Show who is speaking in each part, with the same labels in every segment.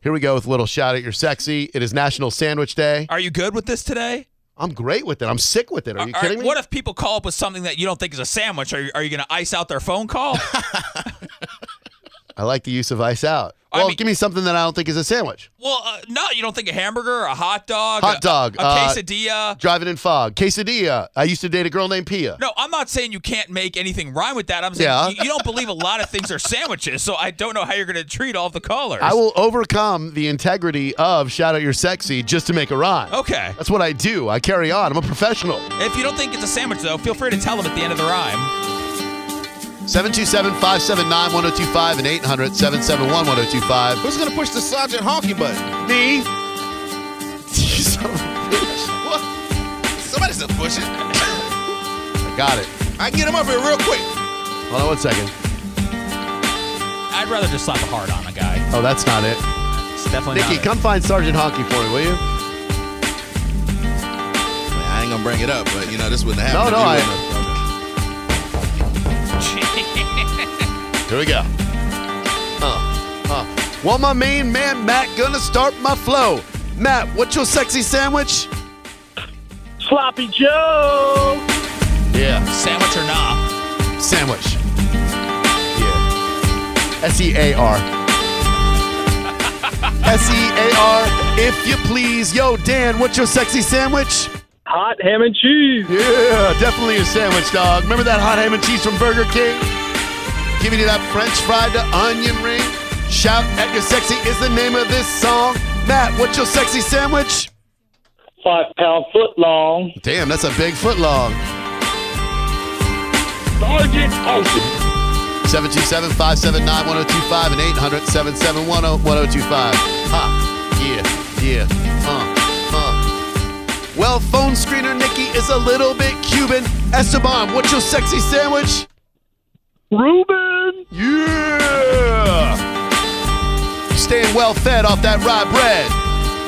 Speaker 1: Here we go with a little shout at your sexy. It is National Sandwich Day.
Speaker 2: Are you good with this today?
Speaker 1: I'm great with it. I'm sick with it. Are you
Speaker 2: All right,
Speaker 1: kidding me?
Speaker 2: What if people call up with something that you don't think is a sandwich? Are you, are you going to ice out their phone call?
Speaker 1: I like the use of ice out.
Speaker 2: I
Speaker 1: Well,
Speaker 2: mean-
Speaker 1: give me something that I don't think is a sandwich.
Speaker 2: well, uh, no, you don't think a hamburger, a hot dog,
Speaker 1: Hot
Speaker 2: a,
Speaker 1: dog,
Speaker 2: a
Speaker 1: uh,
Speaker 2: quesadilla.
Speaker 1: Driving in fog. Quesadilla. I used to date a girl named Pia.
Speaker 2: No, I'm not saying you can't make anything rhyme with that. I'm saying
Speaker 1: Yeah.
Speaker 2: you, you don't believe a lot of things are sandwiches, so I don't know how you're going to treat all the callers.
Speaker 1: I will overcome the integrity of shout out your sexy just to make a rhyme.
Speaker 2: Okay.
Speaker 1: That's what I do. I carry on. I'm a professional.
Speaker 2: If you don't think it's a sandwich, though, feel free to tell them at the end of the rhyme.
Speaker 1: 727-579-1025 and 800-771-1025.
Speaker 3: Who's gonna push the sergeant honky button?
Speaker 1: Me.
Speaker 3: What? Somebody's gonna push it.
Speaker 1: I got it.
Speaker 3: I get him up here real quick.
Speaker 1: Hold on one second.
Speaker 2: I'd rather just slap a heart on a guy.
Speaker 1: Oh, that's not it.
Speaker 2: It's definitely
Speaker 1: Nikki,
Speaker 2: not it.
Speaker 1: come find Sergeant Honky for me, will you?
Speaker 3: I ain't gonna bring it up, but you know this wouldn't
Speaker 1: No,
Speaker 3: happen.
Speaker 1: no, I-
Speaker 3: Here we go.
Speaker 1: Well, Uh, my main man Matt gonna start my flow. Matt, what's your sexy sandwich?
Speaker 4: Sloppy Joe.
Speaker 1: Yeah,
Speaker 2: Sandwich or not?
Speaker 1: sandwich. Yeah. S E A R. S E A R, if you please. Yo, Dan, what's your sexy sandwich?
Speaker 4: Hot ham and cheese.
Speaker 1: Yeah, definitely a sandwich, dog. Remember that hot ham and cheese from Burger King? Giving you that French fry to onion ring. Shout at your sexy is the name of this song. Matt, what's your sexy sandwich?
Speaker 4: Five pound foot long.
Speaker 1: Damn, that's a big foot long.
Speaker 4: Sergeant Austin.
Speaker 1: 727 579 1025 and 800 771 1025. Ha. Yeah. Yeah. Uh. Uh. Well, phone screener Nikki is a little bit Cuban. Esteban, what's your sexy sandwich?
Speaker 4: Reuben.
Speaker 1: Yeah. Staying well fed off that rye bread.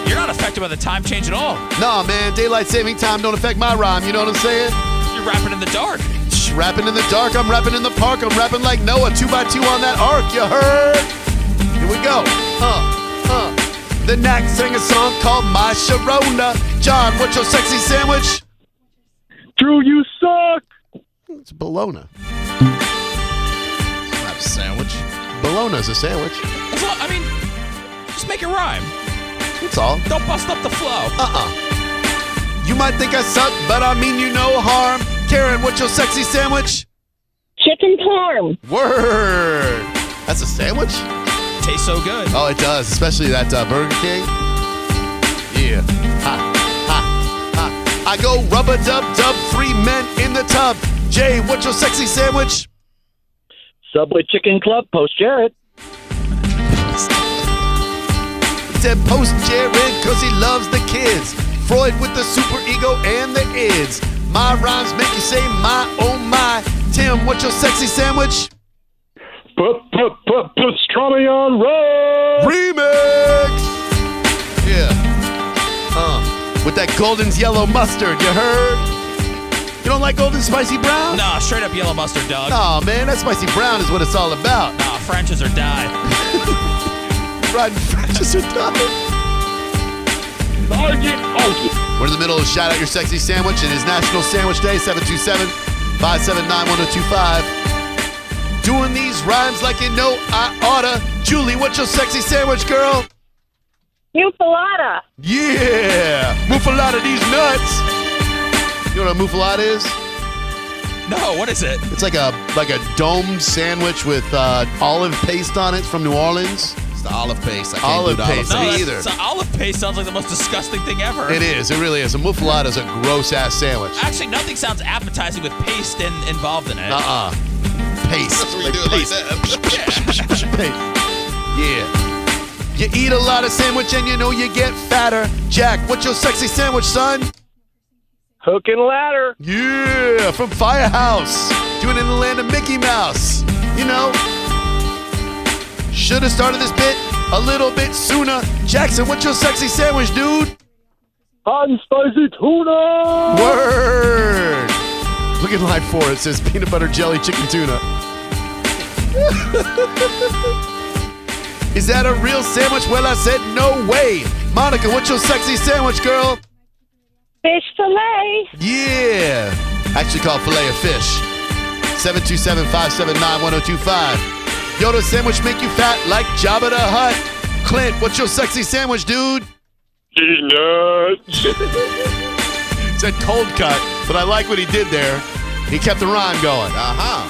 Speaker 2: You're not affected by the time change at all.
Speaker 1: Nah, man, daylight saving time don't affect my rhyme. You know what I'm saying?
Speaker 2: You're rapping in the dark.
Speaker 1: Shh, Rapping in the dark, I'm rapping in the park, I'm rapping like Noah, two by two on that arc, you heard? Here we go. Uh, uh. The Knack sang a song called My Sharona. John, what's your sexy sandwich?
Speaker 4: Drew, you suck.
Speaker 1: It's bologna.
Speaker 3: It's not a sandwich.
Speaker 1: Bologna's a sandwich.
Speaker 2: It's all, I mean, just make it rhyme.
Speaker 1: That's all.
Speaker 2: Don't bust up the flow.
Speaker 1: Uh. You might think I suck, but I mean you no harm. Karen, what's your sexy sandwich?
Speaker 5: Chicken parm.
Speaker 1: Word. That's a sandwich?
Speaker 2: Tastes so good.
Speaker 1: Oh, it does, especially that uh, Burger King. Yeah. Ha, ha, ha. I go rubber dub dub, three men in the tub. Jay, what's your sexy sandwich?
Speaker 4: Subway Chicken Club. Post Jarrett.
Speaker 1: Said post Jared, cause he loves the kids. Freud with the super ego and the ids. My rhymes make you say my oh my. Tim, what's your sexy sandwich?
Speaker 4: Put put put pastrami on roll.
Speaker 1: Remix! Yeah. Uh, with that golden's yellow mustard, you heard? You don't like golden spicy brown?
Speaker 2: Nah, straight up yellow mustard, dog.
Speaker 1: Oh man, that spicy brown is what it's all about.
Speaker 2: Nah, French's or die.
Speaker 1: Riding French's or dying.
Speaker 4: Sergeant Austin.
Speaker 1: We're in the middle of Shout Out Your Sexy Sandwich. It is National Sandwich Day, 727 579 1025. Doing these rhymes like you know I oughta. Julie, what's your sexy sandwich, girl?
Speaker 5: Mufalata.
Speaker 1: Yeah! Mufalada these nuts! You know what a mufalada is?
Speaker 2: No, what is it?
Speaker 1: It's like a like a domed sandwich with uh, olive paste on it from New Orleans.
Speaker 3: It's the olive paste. I can't
Speaker 1: Olive
Speaker 3: do the
Speaker 1: paste.
Speaker 3: olive
Speaker 2: No,
Speaker 1: Me
Speaker 2: that's-
Speaker 1: either.
Speaker 2: so olive paste sounds like the most disgusting thing ever.
Speaker 1: It is. It really is. A mufalada is a gross ass sandwich.
Speaker 2: Actually, nothing sounds appetizing with paste in, involved in it.
Speaker 1: Uh-uh. Paste.
Speaker 3: That's what we do it like that.
Speaker 1: paste. Yeah. You eat a lot of sandwich and you know you get fatter. Jack, what's your sexy sandwich, son?
Speaker 4: Hook and ladder.
Speaker 1: Yeah, from Firehouse. Doing it in the land of Mickey Mouse. You know, should have started this bit a little bit sooner. Jackson, what's your sexy sandwich, dude?
Speaker 4: Hot and spicy tuna.
Speaker 1: Word. Look at line four. It says peanut butter jelly chicken tuna. Is that a real sandwich? Well, I said no way. Monica, what's your sexy sandwich, girl?
Speaker 5: Fish fillet.
Speaker 1: Yeah. Actually called filet of fish. 727-579-1025. Yoda sandwich make you fat like Jabba the Hutt. Clint, what's your sexy sandwich, dude?
Speaker 4: Peanuts.
Speaker 1: Said cold cut, but I like what he did there. He kept the rhyme going.
Speaker 3: Uh huh.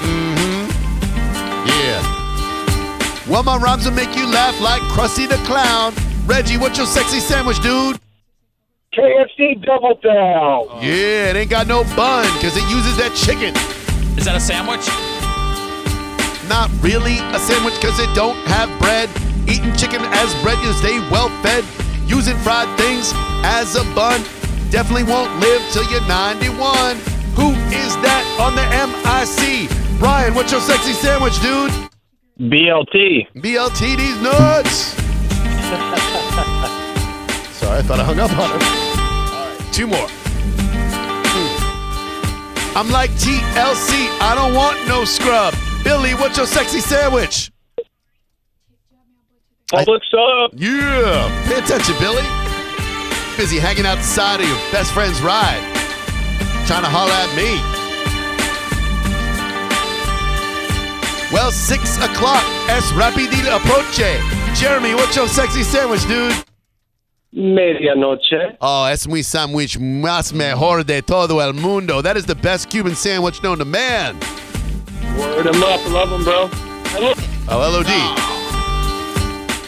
Speaker 1: Yeah. Well, my rhymes will make you laugh like Krusty the Clown. Reggie, what's your sexy sandwich, dude?
Speaker 4: KFC Double Down.
Speaker 1: Yeah, it ain't got no bun because it uses that chicken.
Speaker 2: Is that a sandwich?
Speaker 1: Not really a sandwich because it don't have bread. Eating chicken as bread, you stay well fed. Using fried things as a bun. Definitely won't live till you're 91. Who is that on the MIC? Brian, what's your sexy sandwich, dude?
Speaker 4: BLT.
Speaker 1: BLT these nuts. Sorry, I thought I hung up on him. All right, two more. Hmm. I'm like TLC. I don't want no scrub. Billy, what's your sexy sandwich?
Speaker 4: Public sub.
Speaker 1: Yeah. Pay attention, Billy. Busy hanging outside of your best friend's ride. Trying to holler at me. Well, six o'clock. Es rapidito approche. Jeremy, what's your sexy sandwich, dude?
Speaker 4: Medianoche.
Speaker 1: Oh, es mi sandwich más mejor de todo el mundo. That is the best Cuban sandwich known to man.
Speaker 4: Word them up. Love them, bro.
Speaker 1: Oh, LOD.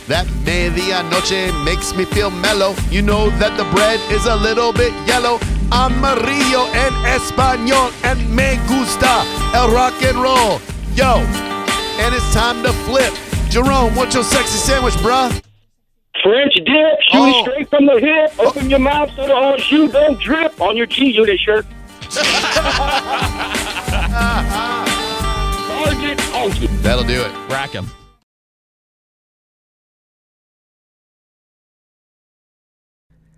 Speaker 1: That medianoche makes me feel mellow. You know that the bread is a little bit yellow. Amarillo en español and me gusta el rock and roll. Yo, and it's time to flip. Jerome, what's your sexy sandwich, bruh?
Speaker 4: French dip. Shoot
Speaker 1: Oh.
Speaker 4: it straight from the hip. Open your mouth so the whole shoe don't drip on your G unit shirt. Target funky.
Speaker 1: That'll do it.
Speaker 2: Rack him.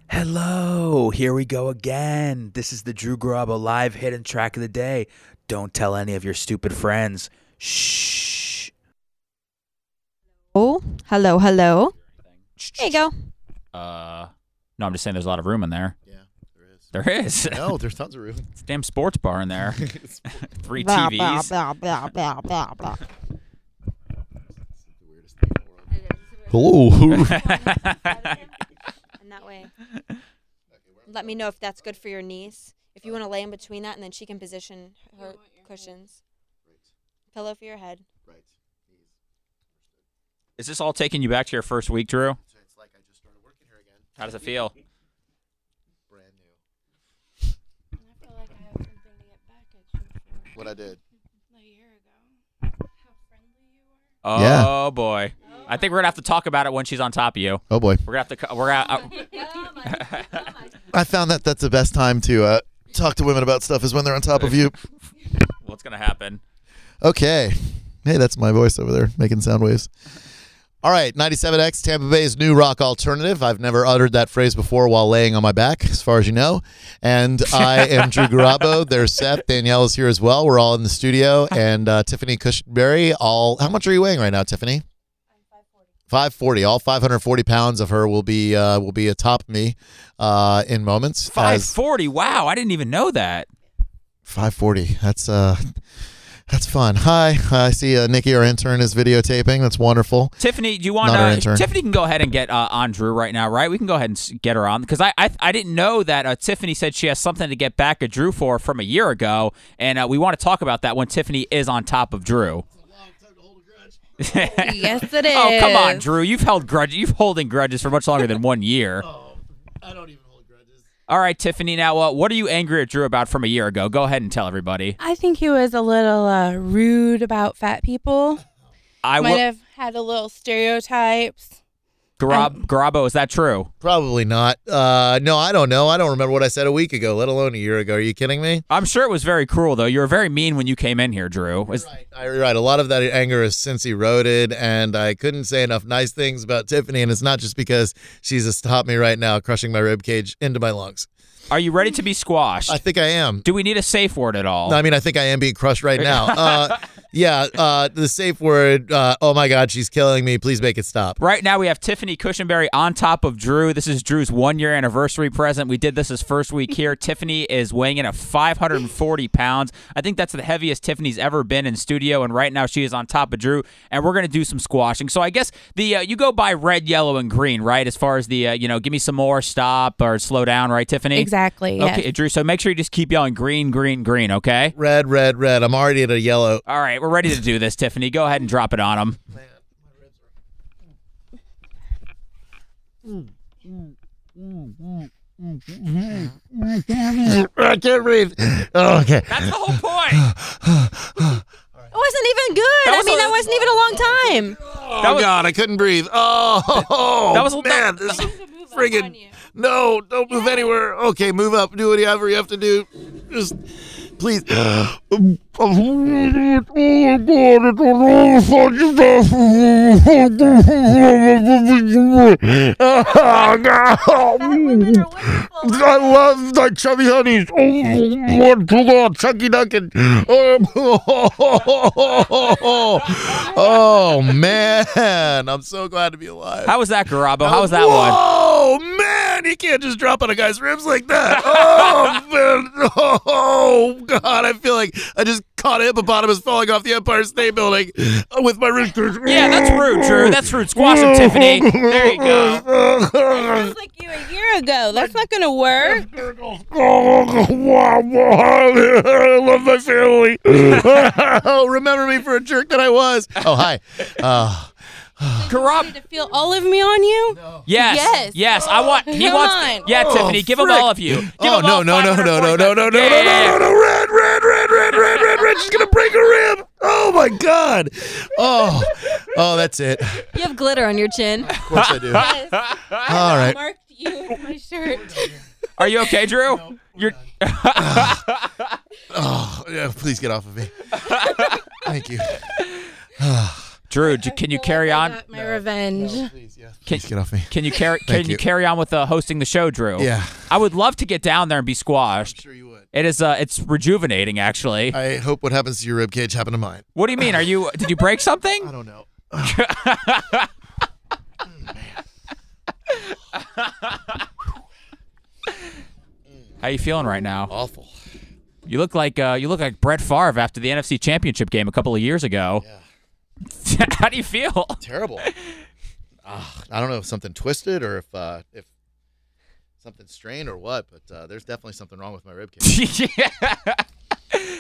Speaker 6: Hello, here we go again. This is the Drew Garabo live hidden track of the day. Don't tell any of your stupid friends. Shh.
Speaker 7: Oh, hello, hello. There you go.
Speaker 2: Uh, no, I'm just saying there's a lot of room in there. Yeah, there is. There is.
Speaker 1: No, there's tons of room.
Speaker 2: It's a damn sports bar in there. Three
Speaker 7: Blah,
Speaker 2: TVs.
Speaker 7: blah, blah, blah, blah, blah, blah.
Speaker 1: Hello.
Speaker 7: And that way, let me know if that's good for your niece. If you want to lay in between that, and then she can position her cushions. Pillow for your head.
Speaker 2: Is this all taking you back to your first week, Drew? How does it feel?
Speaker 1: what I did.
Speaker 2: Oh
Speaker 1: Yeah.
Speaker 2: boy, I think we're gonna have to talk about it when she's on top of you.
Speaker 1: Oh boy.
Speaker 2: We're gonna uh, have to. co- We're out.
Speaker 1: I found that that's the best time to uh, talk to women about stuff is when they're on top of you.
Speaker 2: What's gonna happen?
Speaker 1: Okay. Hey, that's my voice over there making sound waves. All right, 97X, Tampa Bay's new rock alternative. I've never uttered that phrase before while laying on my back, as far as you know. And I am Drew Garabo. There's Seth. Danielle is here as well. We're all in the studio. And uh, Tiffany Cushberry, all. How much are you weighing right now, Tiffany? 540. All 540 pounds of her will be uh, will be atop me uh, in moments.
Speaker 2: Five
Speaker 1: as-
Speaker 2: forty. Wow, I didn't even know that.
Speaker 1: Five forty. That's uh, that's fun. Hi, I see uh, Nikki, our intern, is videotaping. That's wonderful.
Speaker 2: Tiffany, do you want
Speaker 1: Not our
Speaker 2: uh,
Speaker 1: intern.
Speaker 2: Tiffany can go ahead and get uh, on Drew right now, right? We can go ahead and s- get her on because I, I I didn't know that uh, Tiffany said she has something to get back at Drew for from a year ago, and uh, we want to talk about that when Tiffany is on top of Drew.
Speaker 7: yes, it is.
Speaker 2: Oh come on, Drew! You've held grudge. You've holding grudges for much longer than one year. oh, I don't even hold grudges. All right, Tiffany. Now, uh, what are you angry at Drew about from a year ago? Go ahead and tell everybody.
Speaker 8: I think he was a little uh, rude about fat people.
Speaker 2: I
Speaker 8: Might
Speaker 2: will.
Speaker 8: have had a little stereotypes.
Speaker 2: Garab- Garabo, is that true?
Speaker 1: Probably not. Uh, no, I don't know. I don't remember what I said a week ago, let alone a year ago. Are you kidding me?
Speaker 2: I'm sure it was very cruel, though. You were very mean when you came in here, Drew. Is-
Speaker 1: I, you're right. A lot of that anger is since eroded, and I couldn't say enough nice things about Tiffany. And it's not just because she's atop me right now, crushing my rib cage into my lungs.
Speaker 2: Are you ready to be squashed?
Speaker 1: I think I am.
Speaker 2: Do we need a safe word at all?
Speaker 1: I mean, I think I am being crushed right now. Uh, yeah, uh, the safe word. Uh, oh my God, she's killing me. Please make it stop.
Speaker 2: Right now, we have Tiffany Cushenberry on top of Drew. This is Drew's one year anniversary present. We did this his first week here. Tiffany is weighing in at 540 pounds. I think that's the heaviest Tiffany's ever been in studio, and right now she is on top of Drew, and we're going to do some squashing. So I guess the uh, you go by red, yellow, and green, right? As far as the, uh, you know, give me some more, stop, or slow down, right, Tiffany?
Speaker 8: Exactly. Yeah.
Speaker 2: Okay, Drew, so make sure you just keep yelling green, green, green, okay?
Speaker 1: Red, red, red. I'm already at a yellow.
Speaker 2: All right, we're ready to do this, Tiffany. Go ahead and drop it on him.
Speaker 1: I can't breathe. Oh, okay.
Speaker 2: That's the whole point.
Speaker 7: It wasn't even good. I
Speaker 2: was
Speaker 7: mean,
Speaker 2: a-
Speaker 7: that wasn't even a long time.
Speaker 1: Oh
Speaker 2: That was-
Speaker 1: God, I couldn't breathe. Oh,
Speaker 2: That was-
Speaker 1: man. This is friggin' no. Don't move anywhere. Okay, move up. Do whatever you have to do. Just please. oh God, it's all fucking stuff. Oh God. I love the chubby honeys. Oh, Lord, pull on Chucky Duncan. Oh, oh, man. I'm so glad to be alive.
Speaker 2: How was that, Garabo? How was that
Speaker 1: Whoa,
Speaker 2: one?
Speaker 1: Oh, man. You can't just drop on a guy's ribs like that. Oh, man. Oh, God. I feel like I just caught a hippopotamus falling off the Empire State Building with my ribs.
Speaker 2: Yeah, that's rude, Drew. That's rude. Squash him, Tiffany. There you go.
Speaker 1: go.
Speaker 8: Sounds like you a year ago. That's not gonna work.
Speaker 1: I love my family. oh, remember me for a jerk that I was. Oh, hi. Uh,
Speaker 2: Garab.
Speaker 8: To feel all of me on you.
Speaker 2: Yes. Yes.
Speaker 8: Yes.
Speaker 2: I want. He
Speaker 8: Come
Speaker 2: wants.
Speaker 8: on.
Speaker 2: Yeah,
Speaker 1: Oh,
Speaker 2: Tiffany, give him
Speaker 1: frick.
Speaker 2: all of you. Give
Speaker 1: oh,
Speaker 2: him
Speaker 1: no,
Speaker 2: all
Speaker 1: no, no, no, no, no,
Speaker 2: 540.
Speaker 1: no, no, no,
Speaker 2: Yeah,
Speaker 1: no,
Speaker 2: yeah,
Speaker 1: no,
Speaker 2: yeah.
Speaker 1: no, no, red, red, red, red, red, red, red. She's going to break a rib. Oh, my God. Oh, oh, that's it. Of
Speaker 7: You have glitter on your chin.
Speaker 1: course I do. All right.
Speaker 8: Marked you with my shirt.
Speaker 2: Are you okay, Drew? You're.
Speaker 1: Oh, yeah, please get off of me. Thank you.
Speaker 2: Drew, j- can you carry on?
Speaker 8: Got my revenge.
Speaker 1: Please, yeah. Please get off me.
Speaker 2: Can you carry? Can
Speaker 1: Thank
Speaker 2: you
Speaker 1: you.
Speaker 2: carry on with uh, hosting the show, Drew?
Speaker 1: Yeah.
Speaker 2: I would love to get down there and be squashed.
Speaker 1: Sure you would.
Speaker 2: It is. Uh, it's rejuvenating, actually.
Speaker 1: I hope what happens to your rib cage happened to mine.
Speaker 2: What do you mean? Are you? Did you break
Speaker 1: I
Speaker 2: something?
Speaker 1: don't know.
Speaker 2: How you feeling right now?
Speaker 1: Awful.
Speaker 2: You look like uh, you look like Brett Favre after the NFC Championship game a couple of years ago. How do you feel?
Speaker 1: terrible. Ah, I don't know if something twisted or if uh, if something strained or what, but uh, there's definitely something wrong with my rib cage.
Speaker 2: yeah.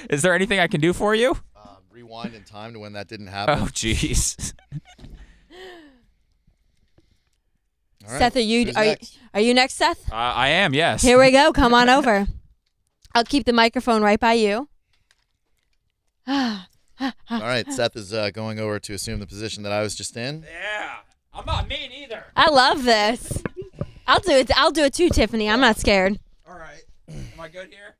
Speaker 2: Is there anything I can do for you?
Speaker 1: Um, rewind in time to when that didn't
Speaker 2: Oh,
Speaker 1: happen.
Speaker 2: jeez.
Speaker 1: All right.
Speaker 7: Seth, are you
Speaker 1: Who's
Speaker 7: are, you
Speaker 1: next?
Speaker 7: are you next, Seth?
Speaker 2: Uh, I am, yes.
Speaker 7: Here we go. Come on over. I'll keep the microphone right by you.
Speaker 1: All right, Seth is uh, going over to assume the position that I was just in.
Speaker 2: yeah. I'm not mean either.
Speaker 7: I love this. I'll do it. I'll do it too, Tiffany. I'm not scared.
Speaker 2: All right. Am I good here?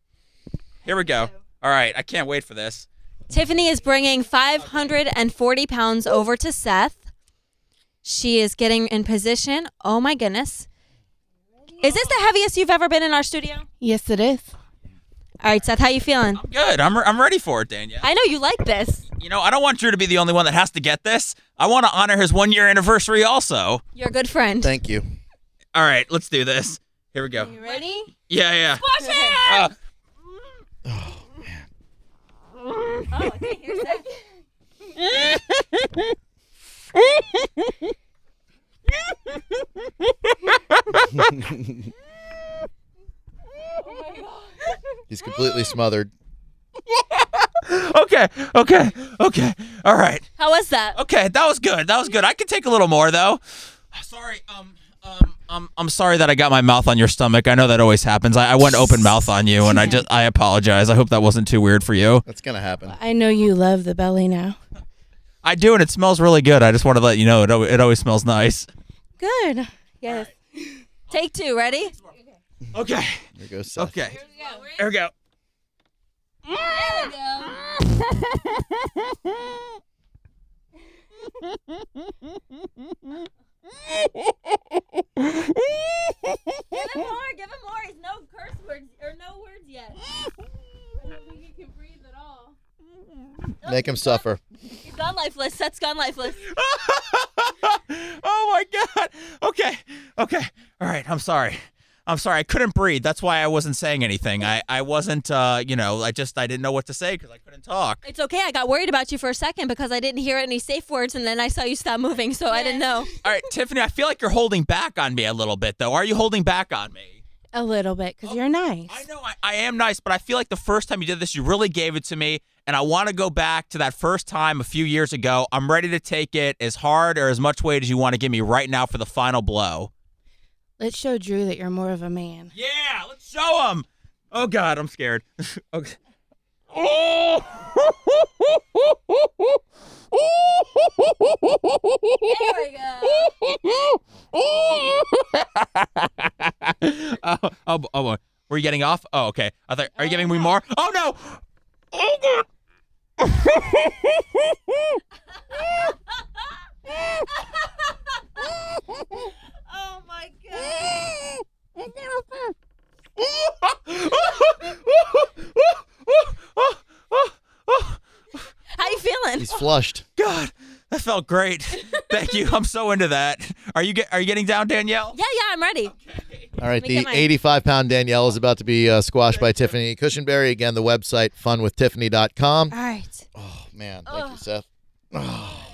Speaker 2: Here we go. All right. I can't wait for this.
Speaker 7: Tiffany is bringing 540 pounds over to Seth. She is getting in position. Oh my goodness. Is this the heaviest you've ever been in our studio?
Speaker 8: Yes, it is.
Speaker 7: All right, Seth, how you feeling?
Speaker 2: I'm good. I'm, re- I'm ready for it, Danielle.
Speaker 7: I know you like this.
Speaker 2: You know, I don't want Drew to be the only one that has to get this. I want to honor his one year anniversary also.
Speaker 7: You're a good friend.
Speaker 1: Thank you.
Speaker 2: All right. Let's do this. Here we go.
Speaker 7: you ready?
Speaker 2: Yeah, yeah. Uh,
Speaker 1: He's completely smothered.
Speaker 2: Uh, okay. Okay. Okay. All right.
Speaker 7: How was that?
Speaker 2: Okay, that was good. That was good. I could take a little more though. Sorry, um, um, um, I'm sorry that I got my mouth on your stomach. I know that always happens. I, I went open mouth on you, and I just I apologize. I hope that wasn't too weird for you.
Speaker 1: That's gonna happen.
Speaker 8: I know you love the belly now.
Speaker 2: I do, and it smells really good. I just wanted to let you know it al- it always smells nice.
Speaker 8: Good.
Speaker 7: Yes. Take two. Ready?
Speaker 2: Okay.
Speaker 1: There goes Seth.
Speaker 2: Okay.
Speaker 6: Here we go.
Speaker 5: Give him more. Give him more. He's no curse words or no words yet. I don't think he can breathe at all.
Speaker 1: Make him suffer.
Speaker 7: He's gone lifeless. Seth's gone lifeless.
Speaker 2: oh my god. Okay. Okay. All right. I'm sorry. I'm sorry. I couldn't breathe. That's why I wasn't saying anything. I I wasn't. Uh, you know. I just I didn't know what to say because I couldn't talk.
Speaker 7: It's okay. I got worried about you for a second because I didn't hear any safe words, and then I saw you stop moving, so I didn't know.
Speaker 2: All right, Tiffany. I feel like you're holding back on me a little bit, though. Are you holding back on me?
Speaker 8: A little bit, because you're nice.
Speaker 2: I know I, I am nice, but I feel like the first time you did this, you really gave it to me. And I want to go back to that first time a few years ago. I'm ready to take it as hard or as much weight as you want to give me right now for the final blow.
Speaker 8: Let's show Drew that you're more of a man.
Speaker 2: Yeah, let's show him. Oh God, I'm scared. okay. Oh!
Speaker 7: There we go.
Speaker 2: oh, oh, oh, boy. were you getting off? Oh, okay. I thought, are you giving
Speaker 5: Uh,
Speaker 2: me more? Oh no! Oh God!
Speaker 5: Oh my god.
Speaker 7: How you feeling?
Speaker 1: He's flushed.
Speaker 2: God, that felt great. Thank you. I'm so into that. Are you get, are you getting down, Danielle?
Speaker 7: Yeah, yeah, I'm ready.
Speaker 1: All right,
Speaker 7: Let me
Speaker 1: the
Speaker 7: get my-
Speaker 1: 85 pound Danielle is about to be uh, squashed by Tiffany Cushionberry. Again, the website funwithtiffany.com.
Speaker 8: All right.
Speaker 1: Oh, man. Thank you, Seth. Oh,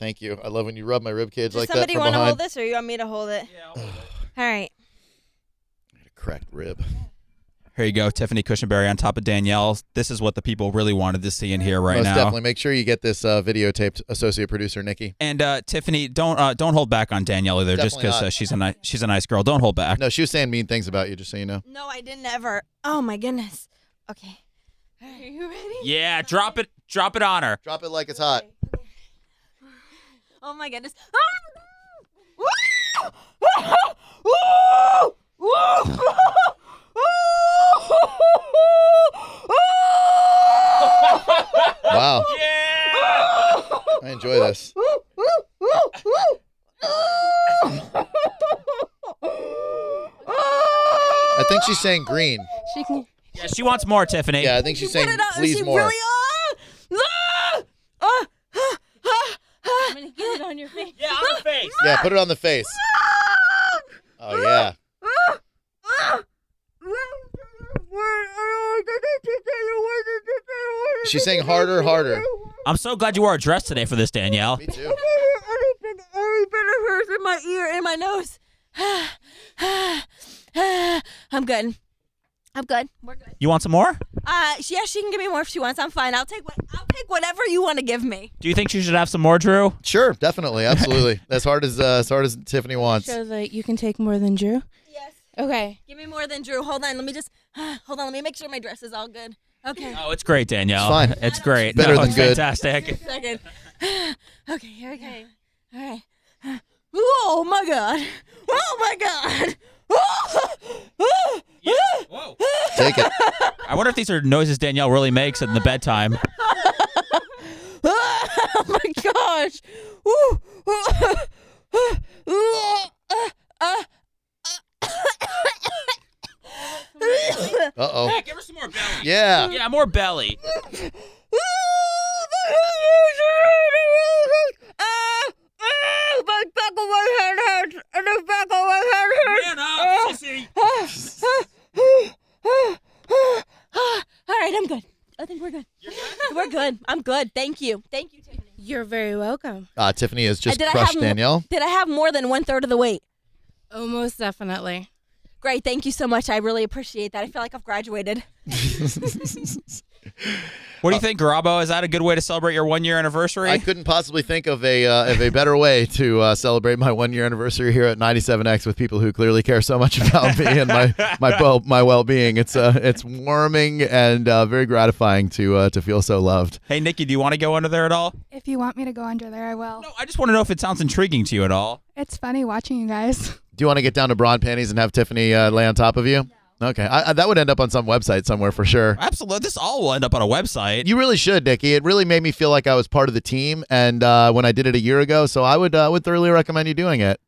Speaker 1: thank you. I love when you rub my rib cage
Speaker 5: Does
Speaker 1: like that
Speaker 5: somebody
Speaker 1: from
Speaker 5: want to
Speaker 1: behind.
Speaker 5: hold this, or you want me to hold it?
Speaker 7: All right.
Speaker 1: Cracked rib.
Speaker 2: Here you go, Tiffany Cushionberry on top of Danielle. This is what the people really wanted to see and hear right
Speaker 1: Most
Speaker 2: now.
Speaker 1: definitely. Make sure you get this uh, videotaped, associate producer Nikki.
Speaker 2: And uh, Tiffany, don't uh, don't hold back on Danielle either, just
Speaker 1: Definitely
Speaker 2: because
Speaker 1: not.
Speaker 2: uh, she's a ni- she's a nice girl. Don't hold back.
Speaker 1: No, she was saying mean things about you, just so you know.
Speaker 5: No, I didn't ever. Oh my goodness. Okay. Are you ready?
Speaker 2: Yeah, drop it, drop it on her.
Speaker 1: Drop it like it's hot.
Speaker 5: Oh my goodness.
Speaker 1: Wow. I enjoy this. I think she's saying green.
Speaker 8: She can.
Speaker 2: Yeah, she wants more, Tiffany.
Speaker 1: Yeah, I think she's saying please
Speaker 5: she
Speaker 1: more.
Speaker 5: really
Speaker 8: I'm
Speaker 7: Ah!
Speaker 8: gonna get it on your face.
Speaker 1: Yeah, put it on the face. Oh yeah. She's saying harder, harder.
Speaker 2: I'm so glad you wore a dress today for this, Danielle.
Speaker 1: Me too.
Speaker 7: Every bit, every bit of hers in my ear, in my nose. I'm good. I'm good. We're good.
Speaker 2: You want some more?
Speaker 7: Uh, she- yeah, she can give me more if she wants. I'm fine. I'll take what I'll take whatever you want to give me.
Speaker 2: Do you think she should have some more, Drew?
Speaker 1: Sure, definitely, absolutely. As hard as uh, as hard as Tiffany wants.
Speaker 8: Show that you can take more than Drew.
Speaker 5: Yes.
Speaker 8: Okay.
Speaker 7: Give me more than Drew. Hold on. Let me just hold on. Let me make sure my dress is all good. Okay.
Speaker 2: Oh, it's great, Danielle.
Speaker 1: It's fine.
Speaker 2: It's great.
Speaker 1: Better
Speaker 2: no,
Speaker 1: than
Speaker 2: it's
Speaker 1: good.
Speaker 2: fantastic.
Speaker 7: Second. okay. Here we go. All right. Oh my god. Oh my god.
Speaker 1: Take it.
Speaker 2: I wonder if these are noises Danielle really makes in the bedtime.
Speaker 7: Oh my gosh. Ooh.
Speaker 1: Uh oh. give her some more belly. Yeah.
Speaker 2: Yeah, more belly. Man up, sissy.
Speaker 7: All right. I'm good. I think we're good. We're good. I'm good. Thank you. Thank you, Tiffany.
Speaker 8: You're very welcome.
Speaker 1: Uh, Tiffany has just
Speaker 7: Did I
Speaker 1: crushed
Speaker 7: have-
Speaker 1: Danielle.
Speaker 7: Did I have more than one third of the weight?
Speaker 8: Almost definitely.
Speaker 7: Great. Thank you so much. I really appreciate that. I feel like I've graduated.
Speaker 2: What do you think, Garabo? Is that a good way to celebrate your one year anniversary?
Speaker 1: I couldn't possibly think of a uh, of a better way to uh, celebrate my one year anniversary here at 97X with people who clearly care so much about me and my my well my well being. It's uh, it's warming and uh, very gratifying to uh, to feel so loved.
Speaker 2: hey, Nikki, do you want to go under there at all?
Speaker 9: If you want me to go under there, I will.
Speaker 2: No, I just want to know if it sounds intriguing to you at all.
Speaker 9: It's funny watching you guys.
Speaker 1: Do you want to get down to brawn panties and have Tiffany uh, lay on top of you? Okay, I, I, that would end up on some website somewhere for sure.
Speaker 2: Absolutely. This all will end up on a website.
Speaker 1: You really should, Nikki. It really made me feel like I was part of the team, and uh, when I did it a year ago, so I would uh, would thoroughly recommend you doing it.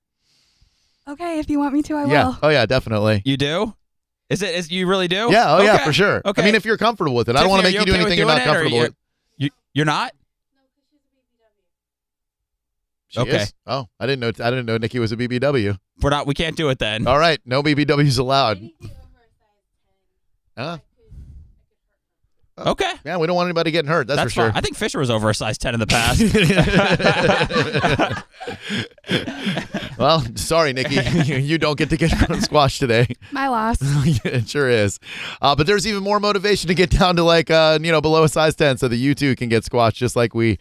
Speaker 9: Okay, if you want me to, I
Speaker 1: yeah.
Speaker 9: will.
Speaker 1: Oh yeah, definitely.
Speaker 2: You do? Is it? Is you really do?
Speaker 1: Yeah. Oh yeah,
Speaker 2: Okay.
Speaker 1: for sure.
Speaker 2: Okay.
Speaker 1: I mean, if you're comfortable with it, I don't want to make
Speaker 2: Tiffany,
Speaker 1: you
Speaker 2: are
Speaker 1: do
Speaker 2: okay with
Speaker 1: anything you're not
Speaker 2: doing it, or
Speaker 1: comfortable with.
Speaker 2: You, you're not.
Speaker 1: She
Speaker 2: Okay.
Speaker 1: is? Oh, I didn't know. I didn't know Nikki was a BBW.
Speaker 2: We're not. We can't do it then.
Speaker 1: All right, no BBWs allowed. Huh?
Speaker 2: okay.
Speaker 1: Yeah, we don't want anybody getting hurt. That's,
Speaker 2: That's
Speaker 1: for
Speaker 2: fine.
Speaker 1: sure.
Speaker 2: I think Fisher was over a size ten in the past.
Speaker 1: well, sorry, Nikki, you, you don't get to get squashed today.
Speaker 9: My loss.
Speaker 1: it sure is. Uh, but there's even more motivation to get down to like uh, you know below a size 10 so that you too can get squashed just like we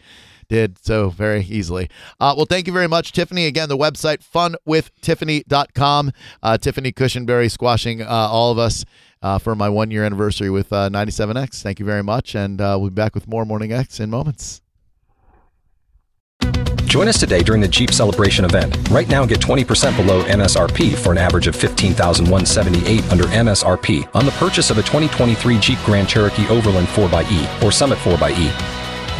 Speaker 1: did so very easily. Uh, well, thank you very much, Tiffany. Again, the website funwithtiffany.com. Uh, Tiffany Cushionberry squashing uh, all of us uh, for my one year anniversary with uh, 97X. Thank you very much. And uh, we'll be back with more Morning X in moments.
Speaker 10: Join us today during the Jeep Celebration event. Right now, get 20% below MSRP for an average of 15178 under MSRP on the purchase of a 2023 Jeep Grand Cherokee Overland 4xE or Summit 4xE.